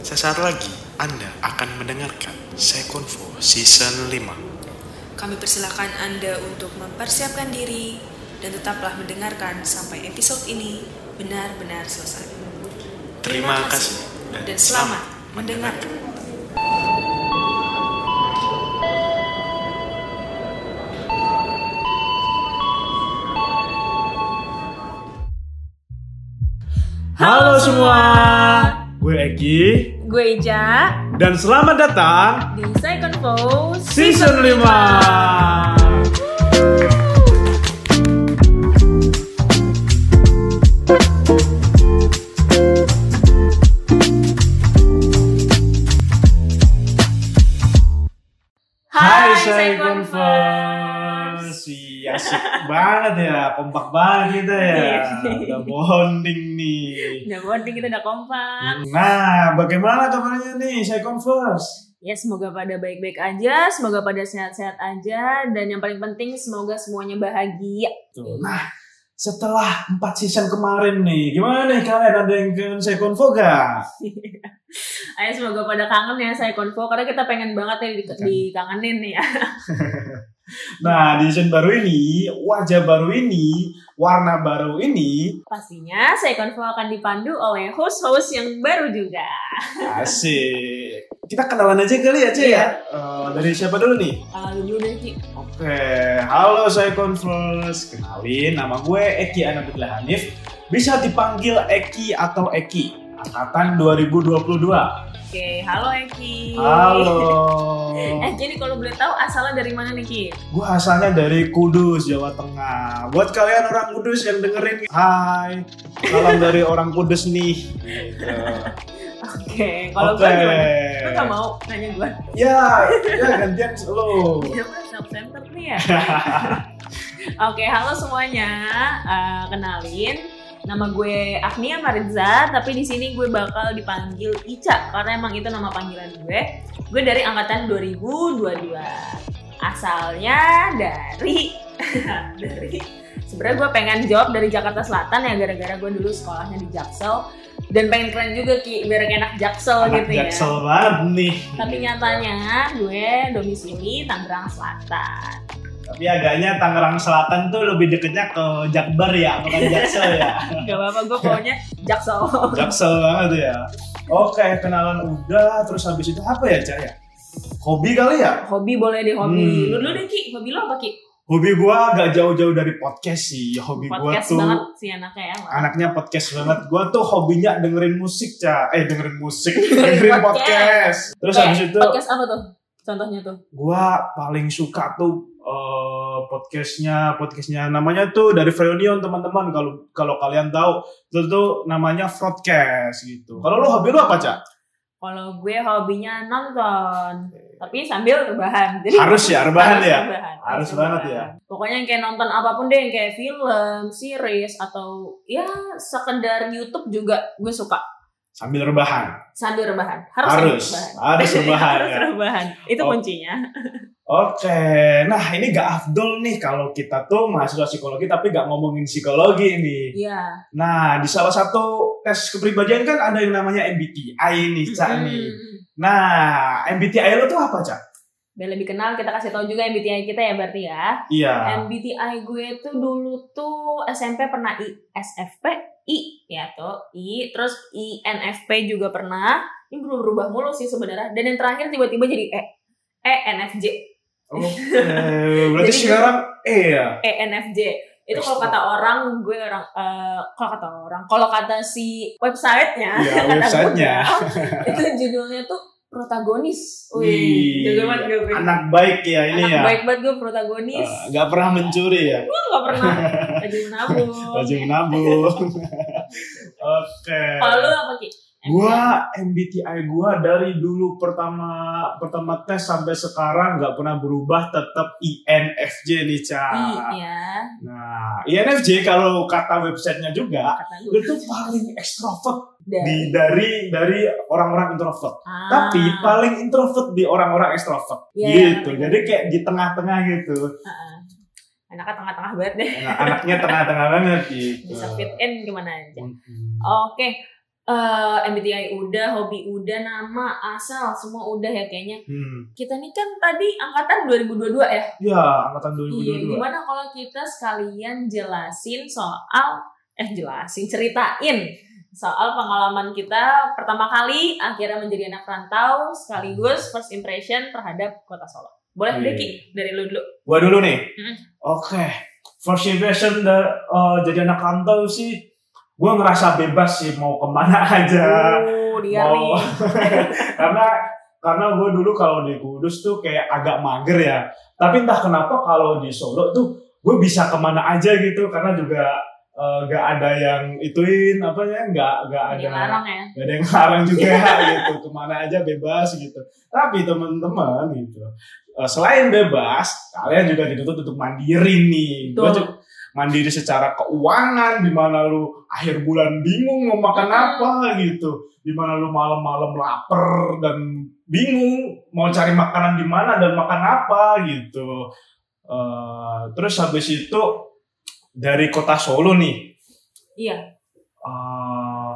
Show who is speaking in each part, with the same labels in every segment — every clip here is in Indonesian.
Speaker 1: Sesaat lagi Anda akan mendengarkan Second Four Season 5.
Speaker 2: Kami persilakan Anda untuk mempersiapkan diri dan tetaplah mendengarkan sampai episode ini benar-benar selesai.
Speaker 1: Terima kasih
Speaker 2: dan selamat mendengarkan.
Speaker 3: Halo semua, gue Eki
Speaker 2: Gue Ija
Speaker 3: dan selamat datang
Speaker 2: di Second Post
Speaker 3: season 5. Hai Second First. Iya asik banget ya, kompak banget kita ya. Udah bonding nih.
Speaker 2: Udah bonding kita udah kompak.
Speaker 3: Nah, bagaimana kabarnya nih Second First?
Speaker 2: Ya semoga pada baik-baik aja, semoga pada sehat-sehat aja dan yang paling penting semoga semuanya bahagia.
Speaker 3: Tuh. Nah, setelah 4 season kemarin nih, gimana nih kalian ada yang kangen Second First gak?
Speaker 2: Ayo semoga pada kangen ya saya konvo karena kita pengen banget nih di, dikangenin nih ya.
Speaker 3: Nah, di season baru ini, wajah baru ini, warna baru ini,
Speaker 2: Pastinya saya konvo akan dipandu oleh host-host yang baru juga.
Speaker 3: asik. Kita kenalan aja kali ya, Ce ya. Eh, dari siapa dulu nih?
Speaker 2: Ah, lu dulu deh Ki.
Speaker 3: Oke, halo saya Converse. Kenalin, nama gue Eki Anabila Hanif. Bisa dipanggil Eki atau Eki. Angkatan 2022.
Speaker 2: Oke, halo Eki.
Speaker 3: Halo.
Speaker 2: Iya. Eh, jadi kalau boleh tahu asalnya dari mana nih Ki?
Speaker 3: Gue asalnya dari Kudus, Jawa Tengah. Buat kalian orang Kudus yang dengerin, hai. Salam dari orang Kudus nih. Gitu.
Speaker 2: Oke, kalau
Speaker 3: Oke.
Speaker 2: gue gimana? Lu gak mau nanya gue?
Speaker 3: Ya, ya gantian lo.
Speaker 2: Dia kan self-centered nih ya. Oke, halo semuanya. Eh, kenalin, nama gue Agnia Mariza, tapi di sini gue bakal dipanggil Ica karena emang itu nama panggilan gue. Gue dari angkatan 2022. Asalnya dari dari sebenarnya gue pengen jawab dari Jakarta Selatan ya gara-gara gue dulu sekolahnya di Jaksel dan pengen keren juga ki biar enak Jaksel
Speaker 3: Anak
Speaker 2: gitu ya.
Speaker 3: jaksel banget nih.
Speaker 2: Tapi
Speaker 3: Iya.
Speaker 2: nyatanya gue domisili Tangerang Selatan.
Speaker 3: Tapi agaknya Tangerang Selatan tuh lebih deketnya ke Jakbar ya, bukan Jaksel ya.
Speaker 2: Gak apa-apa, gue pokoknya jaksel.
Speaker 3: Jaksel banget ya. Oke, kenalan udah, terus habis itu apa ya, Caya? Hobi kali ya?
Speaker 2: Hobi boleh deh, hobi.
Speaker 3: Hmm.
Speaker 2: Lu dulu deh, Ki. Hobi lo apa, Ki?
Speaker 3: Hobi gua gak jauh-jauh dari podcast sih. Hobi gua
Speaker 2: Podcast
Speaker 3: tuh
Speaker 2: banget sih anaknya ya. Wak.
Speaker 3: anaknya podcast banget. Gua tuh hobinya dengerin musik, Ca. Eh, dengerin musik, dengerin podcast. Terus
Speaker 2: Kayak
Speaker 3: habis itu
Speaker 2: Podcast apa tuh? Contohnya tuh.
Speaker 3: gua paling suka tuh eh, podcastnya podcastnya namanya tuh dari Freonion teman-teman kalau kalau kalian tahu itu tuh namanya broadcast gitu kalau lo hobi lo apa cak
Speaker 2: Kalau gue hobinya nonton. Tapi sambil rebahan. Jadi
Speaker 3: harus ya rebahan
Speaker 2: harus
Speaker 3: ya
Speaker 2: rebahan,
Speaker 3: Harus banget
Speaker 2: rebahan. Pokoknya yang kayak nonton apapun deh, yang kayak film, series, atau ya sekedar YouTube juga gue suka.
Speaker 3: sambil rebahan
Speaker 2: Sambil rebahan. Harus sambil
Speaker 3: harus
Speaker 2: rebahan.
Speaker 3: harus rebahan
Speaker 2: Harus
Speaker 3: ya
Speaker 2: rebahan. Itu
Speaker 3: Oh.
Speaker 2: kuncinya.
Speaker 3: oke nah ini gak afdol nih kalau kita tuh mahasiswa psikologi tapi gak ngomongin psikologi nih
Speaker 2: Iya.
Speaker 3: nah di salah satu tes kepribadian kan ada yang namanya MBTI nih cak nih
Speaker 2: Mm.
Speaker 3: nah MBTI lo tuh apa cak
Speaker 2: biar lebih kenal kita kasih tahu juga MBTI kita ya berarti ya
Speaker 3: iya
Speaker 2: MBTI gue tuh dulu tuh SMP pernah ISFP I ya tuh I terus INFP juga pernah ini berubah-berubah mulu sih sebenarnya dan yang terakhir tiba-tiba jadi E ENFJ
Speaker 3: Oke, berarti
Speaker 2: Jadi-
Speaker 3: sekarang eh ya.
Speaker 2: ENFJ itu kalau kata orang gue orang eh, kalau kata orang kalau kata si websitenya
Speaker 3: Ya,
Speaker 2: kata gue,
Speaker 3: websitenya.
Speaker 2: itu judulnya tuh protagonis
Speaker 3: Wih,
Speaker 2: wih jago banget gue, gue.
Speaker 3: anak baik ya ini
Speaker 2: Anak
Speaker 3: ya.
Speaker 2: baik banget gue protagonis
Speaker 3: Eh, Nggak pernah mencuri ya.
Speaker 2: Gue gak pernah rajin nabung.
Speaker 3: Rajin menabung. Oke.
Speaker 2: Kalau lu apa Ki?
Speaker 3: Gua MBTI gua dari dulu pertama pertama tes sampai sekarang nggak pernah berubah tetap INFJ nih
Speaker 2: I,
Speaker 3: Ca.
Speaker 2: ya.
Speaker 3: Nah, INFJ kalau kata websitenya juga
Speaker 2: Kata gue.
Speaker 3: itu paling ekstrovert ya.
Speaker 2: Dan-
Speaker 3: di dari dari orang-orang introvert.
Speaker 2: Ah.
Speaker 3: tapi paling introvert di orang-orang ekstrovert
Speaker 2: Iya,
Speaker 3: gitu.
Speaker 2: iya.
Speaker 3: Jadi kayak di tengah-tengah gitu.
Speaker 2: Heeh. Anaknya tengah-tengah banget deh.
Speaker 3: Nah, anaknya tengah-tengah banget gitu.
Speaker 2: Bisa fit in gimana aja.
Speaker 3: Mm-mm.
Speaker 2: Oke. Eh eh, MBTI udah, hobi udah, nama, asal, semua udah ya kayaknya.
Speaker 3: Hmm.
Speaker 2: Kita nih kan tadi angkatan 2022 ya.
Speaker 3: Ya, angkatan
Speaker 2: Iya,
Speaker 3: 2022.
Speaker 2: gimana kalau kita sekalian jelasin soal eh jelasin ceritain soal pengalaman kita pertama kali akhirnya menjadi anak rantau sekaligus first impression terhadap kota Solo. Boleh
Speaker 3: Oke.
Speaker 2: Deki dari lu dulu.
Speaker 3: Gua dulu nih.
Speaker 2: Mm.
Speaker 3: Oke. First impression da- eh, jadi anak rantau sih gua ngerasa bebas sih mau kemana aja.
Speaker 2: Uh, dia
Speaker 3: Ya. mau
Speaker 2: nih.
Speaker 3: karena karena gue dulu kalau di Kudus tuh kayak agak mager ya tapi entah kenapa kalau di Solo tuh gue bisa kemana aja gitu karena juga eh, nggak ada yang ituin apa ya nggak nggak ada
Speaker 2: Dilarang ya.
Speaker 3: gak ada yang larang juga gitu kemana aja bebas gitu tapi teman-teman gitu eh, selain bebas kalian juga dituntut untuk mandiri nih Gua
Speaker 2: Betul.
Speaker 3: juga mandiri secara keuangan di mana lu akhir bulan bingung mau makan
Speaker 2: Mm-mm.
Speaker 3: apa gitu di mana lu malam-malam lapar dan bingung mau cari makanan di mana dan makan apa gitu Eh, terus habis itu dari kota Solo nih
Speaker 2: Iya.
Speaker 3: eh,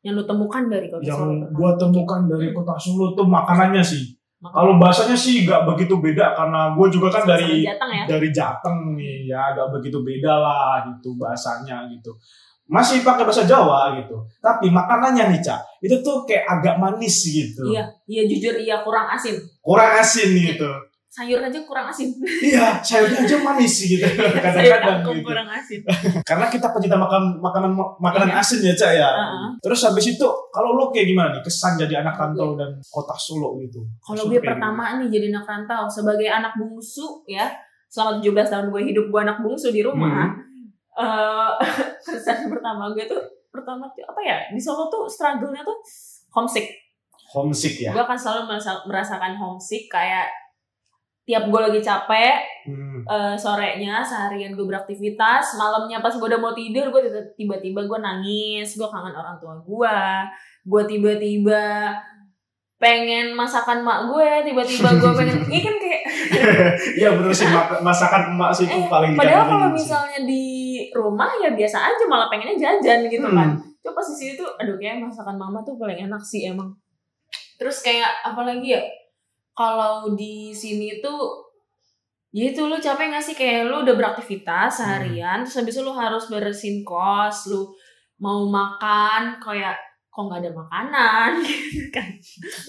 Speaker 2: Yang lu temukan dari kota Solo.
Speaker 3: yang
Speaker 2: pertama.
Speaker 3: gua temukan dari kota Solo tuh makanannya sih.
Speaker 2: Makan-
Speaker 3: Kalau bahasanya sih nggak begitu beda karena gue juga kan
Speaker 2: sama
Speaker 3: dari
Speaker 2: Jateng ya.
Speaker 3: dari Jateng nih ya nggak begitu beda lah gitu bahasanya gitu. Masih pakai bahasa Jawa gitu, tapi makanannya nih cak itu tuh kayak agak manis gitu,
Speaker 2: Iya, iya jujur iya kurang asin.
Speaker 3: kurang asin gitu.
Speaker 2: Sayur aja kurang asin.
Speaker 3: iya sayurnya aja manis gitu
Speaker 2: Sayur
Speaker 3: kadang-kadang
Speaker 2: kangkung
Speaker 3: gitu.
Speaker 2: kurang asin.
Speaker 3: Karena kita pecinta makan makanan makanan
Speaker 2: Iya.
Speaker 3: asin ya cak ya.
Speaker 2: Heeh. Iya.
Speaker 3: Terus habis itu kalau lo kayak gimana nih kesan jadi anak rantau dan kota Solo gitu? Maksud
Speaker 2: Kalau gue
Speaker 3: kayak gimana?
Speaker 2: pertama nih jadi anak rantau sebagai anak bungsu ya, selama 17 tahun gue hidup gue anak bungsu di rumah. Eh, kesan pertama gue tuh pertama tuh apa ya di Solo tuh struggle-nya tuh homesick.
Speaker 3: homesick ya.
Speaker 2: Gue akan selalu merasa- merasakan homesick kayak tiap gue lagi capek
Speaker 3: Hmm.
Speaker 2: eh, sorenya seharian gue beraktivitas malamnya pas gue udah mau tidur gue tiba- tiba-tiba gue nangis gue kangen orang tua gue gue tiba-tiba pengen masakan mak gue tiba-tiba gue pengen ini kan kayak
Speaker 3: Iya bener sih mak- masakan emak sih itu
Speaker 2: Eh,
Speaker 3: paling
Speaker 2: Padahal
Speaker 3: dikangenin
Speaker 2: kalau
Speaker 3: sih.
Speaker 2: misalnya di rumah ya biasa aja malah pengennya jajan gitu
Speaker 3: Hmm.
Speaker 2: kan. Cuma pas di situ tuh aduh kayak masakan mama tuh paling enak sih emang. Terus kayak apalagi ya? Kalau di sini tuh ya itu lu capek gak sih kayak lu udah beraktivitas seharian terus habis itu lu harus beresin kos, lu mau makan kayak kok nggak ada makanan gitu kan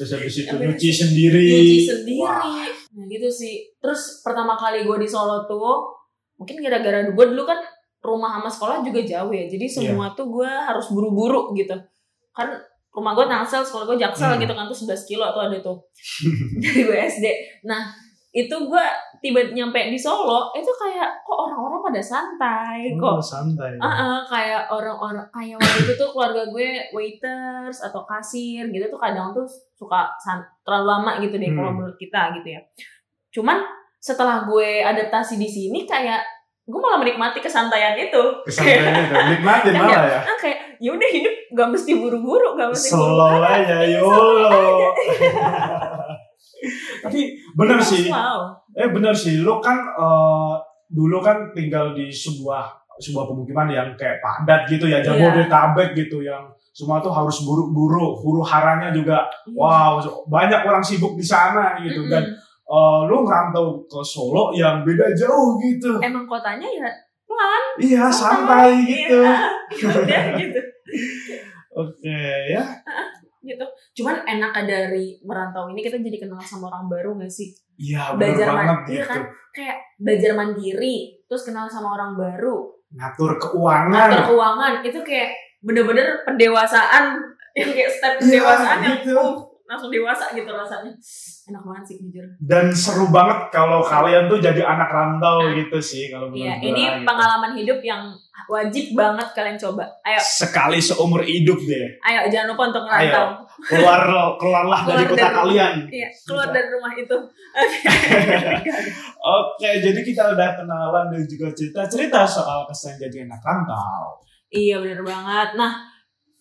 Speaker 3: Terus habis itu
Speaker 2: Apa ya?
Speaker 3: nyuci sendiri.
Speaker 2: nyuci sendiri
Speaker 3: Wah,
Speaker 2: nah gitu sih terus pertama kali gue di Solo tuh mungkin gara-gara gue dulu kan rumah sama sekolah juga jauh ya jadi
Speaker 3: Iya.
Speaker 2: semua tuh gue harus buru-buru gitu kan rumah gue Tangsel sekolah gue Jaksel
Speaker 3: Hmm.
Speaker 2: gitu kan tuh 11 kilo tuh ada tuh dari gue SD nah itu gue tiba nyampe di Solo itu kayak kok orang-orang pada santai kok
Speaker 3: oh, santai.
Speaker 2: Ah, ah, kayak orang-orang kayak waktu itu tuh keluarga gue waiters atau kasir gitu tuh kadang tuh suka san- terlalu lama gitu deh kalau
Speaker 3: Hmm.
Speaker 2: menurut kita gitu ya. Cuman setelah gue adaptasi di sini kayak gue malah menikmati kesantaian itu.
Speaker 3: Kesantainnya tuh nikmatin
Speaker 2: Kan
Speaker 3: malah ya.
Speaker 2: Ah, kayak ya udah hidup gak mesti buru-buru, gak mesti
Speaker 3: Slow
Speaker 2: buru-buru.
Speaker 3: aja,
Speaker 2: Iya,
Speaker 3: yolo. Tapi bener sih,
Speaker 2: Wow.
Speaker 3: eh bener sih. Lo kan eh, dulu kan tinggal di sebuah sebuah pemukiman yang kayak padat gitu ya,
Speaker 2: Iya.
Speaker 3: Jabodetabek gitu yang semua tuh harus buru-buru, huru haranya juga Wow, banyak orang sibuk di sana gitu dan
Speaker 2: Iya. Mm-mm.
Speaker 3: eh, lu ngerantau ke Solo yang beda jauh gitu.
Speaker 2: Emang kotanya ya
Speaker 3: Iya, santai gitu.
Speaker 2: Iya, udah gitu.
Speaker 3: Oke, ya.
Speaker 2: gitu. Cuman enaknya dari merantau ini kita jadi kenal sama orang baru gak sih?
Speaker 3: Iya, bener
Speaker 2: belajar
Speaker 3: banget
Speaker 2: mandiri
Speaker 3: gitu.
Speaker 2: kan kayak belajar mandiri terus kenal sama orang baru
Speaker 3: Ngatur keuangan.
Speaker 2: ngatur keuangan itu kayak bener-bener pendewasaan yang kayak step
Speaker 3: Iya,
Speaker 2: pendewasaan yang
Speaker 3: gitu.
Speaker 2: uh, langsung dewasa gitu rasanya enak banget sih jujur
Speaker 3: Dan seru banget kalau kalian tuh jadi anak rantau gitu sih kalau menurut
Speaker 2: Iya,
Speaker 3: gua,
Speaker 2: ini
Speaker 3: gitu.
Speaker 2: pengalaman hidup yang wajib banget kalian coba ayo
Speaker 3: sekali seumur hidup deh.
Speaker 2: ayo jangan lupa untuk ngerantau
Speaker 3: Keluar keluarlah dari
Speaker 2: Keluar
Speaker 3: kota
Speaker 2: dari-
Speaker 3: kalian.
Speaker 2: Iya, keluar dari rumah itu
Speaker 3: Oke, jadi kita udah kenalan dan juga cerita-cerita soal kesan jadi anak rantau.
Speaker 2: iya bener banget nah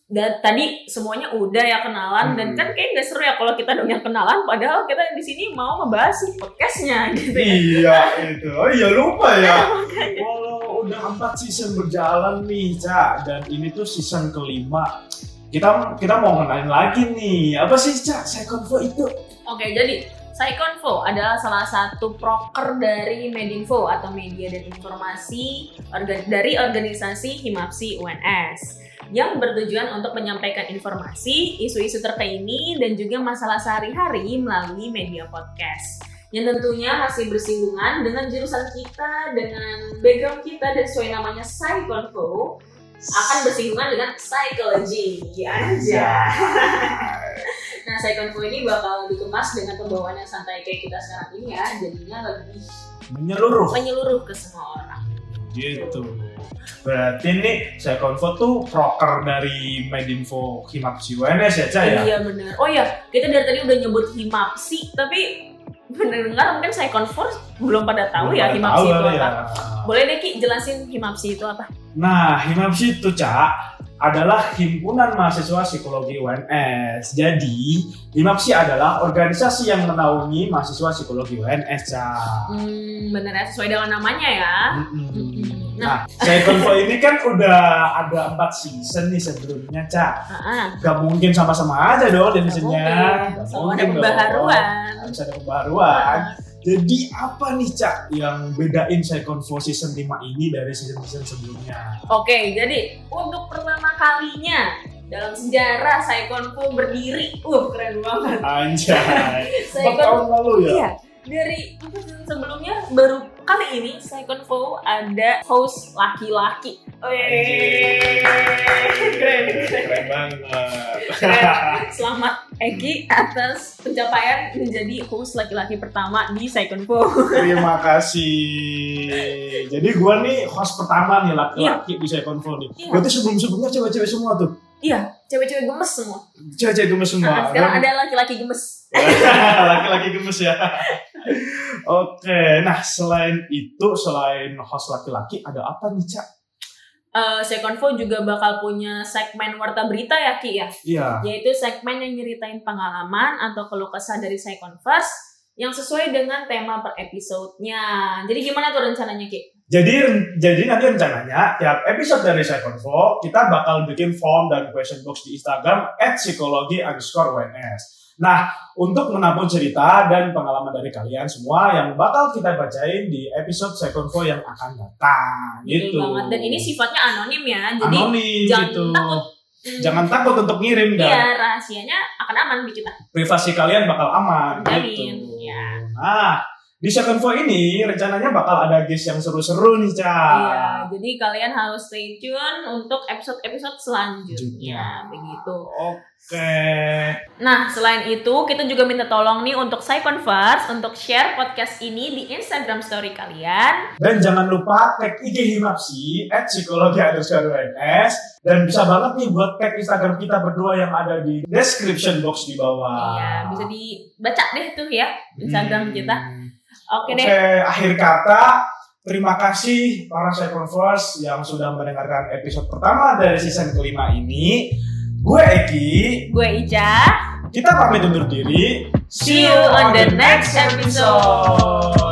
Speaker 2: dan tadi semuanya udah ya kenalan dan
Speaker 3: Hmm.
Speaker 2: kan kayak nggak seru ya kalau kita dong yang kenalan padahal kita di sini mau ngebahas si podcastnya gitu ya.
Speaker 3: iya itu oh iya lupa ya
Speaker 2: Makanya.
Speaker 3: walau udah empat season berjalan nih cak dan ini tuh season kelima Kita kita mau kenalin lagi nih. Apa sih Cak second floor itu?
Speaker 2: Oke, jadi Saikonfo adalah salah satu proker dari Medinfo atau Media dan Informasi organ- dari organisasi Himapsi UNS yang bertujuan untuk menyampaikan informasi, isu-isu terkini, dan juga masalah sehari-hari melalui media podcast yang tentunya masih bersinggungan dengan jurusan kita, dengan background kita, dan sesuai namanya Saikonfo akan bersinggungan dengan Iya psychology, anjay. Nah, Second Flow ini bakal dikemas dengan pembawaan yang santai kayak kita sekarang ini ya, jadinya lebih
Speaker 3: Menyeluruh
Speaker 2: menyeluruh ke semua orang.
Speaker 3: gitu. Berarti nih second floor tuh proker dari Medinfo Himapsi UNS ya Cak ya?
Speaker 2: Iya benar. Oh ya, kita dari tadi udah nyebut himapsi, tapi benar-benar mungkin Second Flow belum pada tahu ya
Speaker 3: Belum tahu
Speaker 2: himapsi itu
Speaker 3: kali
Speaker 2: apa.
Speaker 3: ya.
Speaker 2: Boleh deh Ki jelasin himapsi itu apa?
Speaker 3: Nah, Himapsi itu, Cak, adalah Himpunan Mahasiswa Psikologi UNS. Jadi, Himapsi adalah organisasi yang menaungi mahasiswa psikologi UNS, Cak.
Speaker 2: Hmm, bener ya sesuai dengan namanya ya.
Speaker 3: Mm-mm.
Speaker 2: Nah.
Speaker 3: Nah, saya Convo ini kan udah ada 4 season nih sebelumnya, Cak.
Speaker 2: Heeh.
Speaker 3: Gak mungkin sama-sama aja dong divisionnya. Gak
Speaker 2: Selalu ada
Speaker 3: dong.
Speaker 2: pembaharuan.
Speaker 3: Harus ada pembaruan. Jadi apa nih, Cak, yang bedain saya Convo season 5 ini dari season-season sebelumnya?
Speaker 2: Oke, jadi untuk pertama kalinya dalam sejarah Second Flow berdiri. Uh, keren banget.
Speaker 3: Anjay. Empat
Speaker 2: Second
Speaker 3: tahun lalu ya?
Speaker 2: Iya, dari empat season sebelumnya baru kali ini Second Vow ada host laki-laki. Oh, iya, Wih, keren, keren.
Speaker 3: Keren banget.
Speaker 2: Selamat Egi atas pencapaian menjadi host laki-laki pertama di Second Vow.
Speaker 3: Terima kasih. Jadi gua nih host pertama nih laki-laki di Second Flow nih.
Speaker 2: Iya.
Speaker 3: Berarti sebelum-sebelumnya cewek-cewek semua tuh.
Speaker 2: Iya, cewek-cewek gemes semua.
Speaker 3: Cewek-cewek gemes
Speaker 2: Nah,
Speaker 3: semua.
Speaker 2: sekarang ada laki-laki gemes.
Speaker 3: Laki-laki gemes ya. Oke, nah selain itu, selain host laki-laki, ada apa nih, Cak?
Speaker 2: Eh, Second Vow juga bakal punya segmen warta berita ya Ki ya.
Speaker 3: Iya.
Speaker 2: yaitu segmen yang nyeritain pengalaman atau keluh kesah dari saya converse yang sesuai dengan tema per episode-nya. Jadi gimana tuh rencananya, Ki?
Speaker 3: Jadi jadi nanti rencananya tiap episode dari Second Flow kita bakal bikin form dan question box di Instagram at psikologi underscore WNS. Nah, untuk menampung cerita dan pengalaman dari kalian semua yang bakal kita bacain di episode Second Flow yang akan datang. Gitu.
Speaker 2: Betul banget. Dan ini sifatnya anonim ya. Jadi
Speaker 3: Anonim
Speaker 2: jangan
Speaker 3: gitu.
Speaker 2: takut. hmm,
Speaker 3: Jangan takut untuk ngirim dan
Speaker 2: Iya, rahasianya akan aman gitu, di kita.
Speaker 3: privasi kalian bakal aman
Speaker 2: Jamin,
Speaker 3: gitu.
Speaker 2: ya.
Speaker 3: Nah, di second floor ini rencananya bakal ada guest yang seru-seru nih, Ca.
Speaker 2: Iya, jadi kalian harus stay tune untuk episode-episode selanjutnya. Begitu.
Speaker 3: Oke.
Speaker 2: Nah, selain itu, kita juga minta tolong nih untuk saya converse untuk share podcast ini di Instagram story kalian
Speaker 3: Dan jangan lupa tag IG Himapsi at psikologi underscore UNS dan bisa banget nih buat tag Instagram kita berdua yang ada di description box di bawah.
Speaker 2: Iya, bisa dibaca deh tuh ya
Speaker 3: Ah.
Speaker 2: Instagram
Speaker 3: Hmm.
Speaker 2: kita. Oke
Speaker 3: Oke,
Speaker 2: deh.
Speaker 3: akhir kata terima kasih para Second First yang sudah mendengarkan episode pertama dari season kelima ini. Gue Eki,
Speaker 2: Gue Ica.
Speaker 3: kita pamit undur diri.
Speaker 2: See you on the next episode.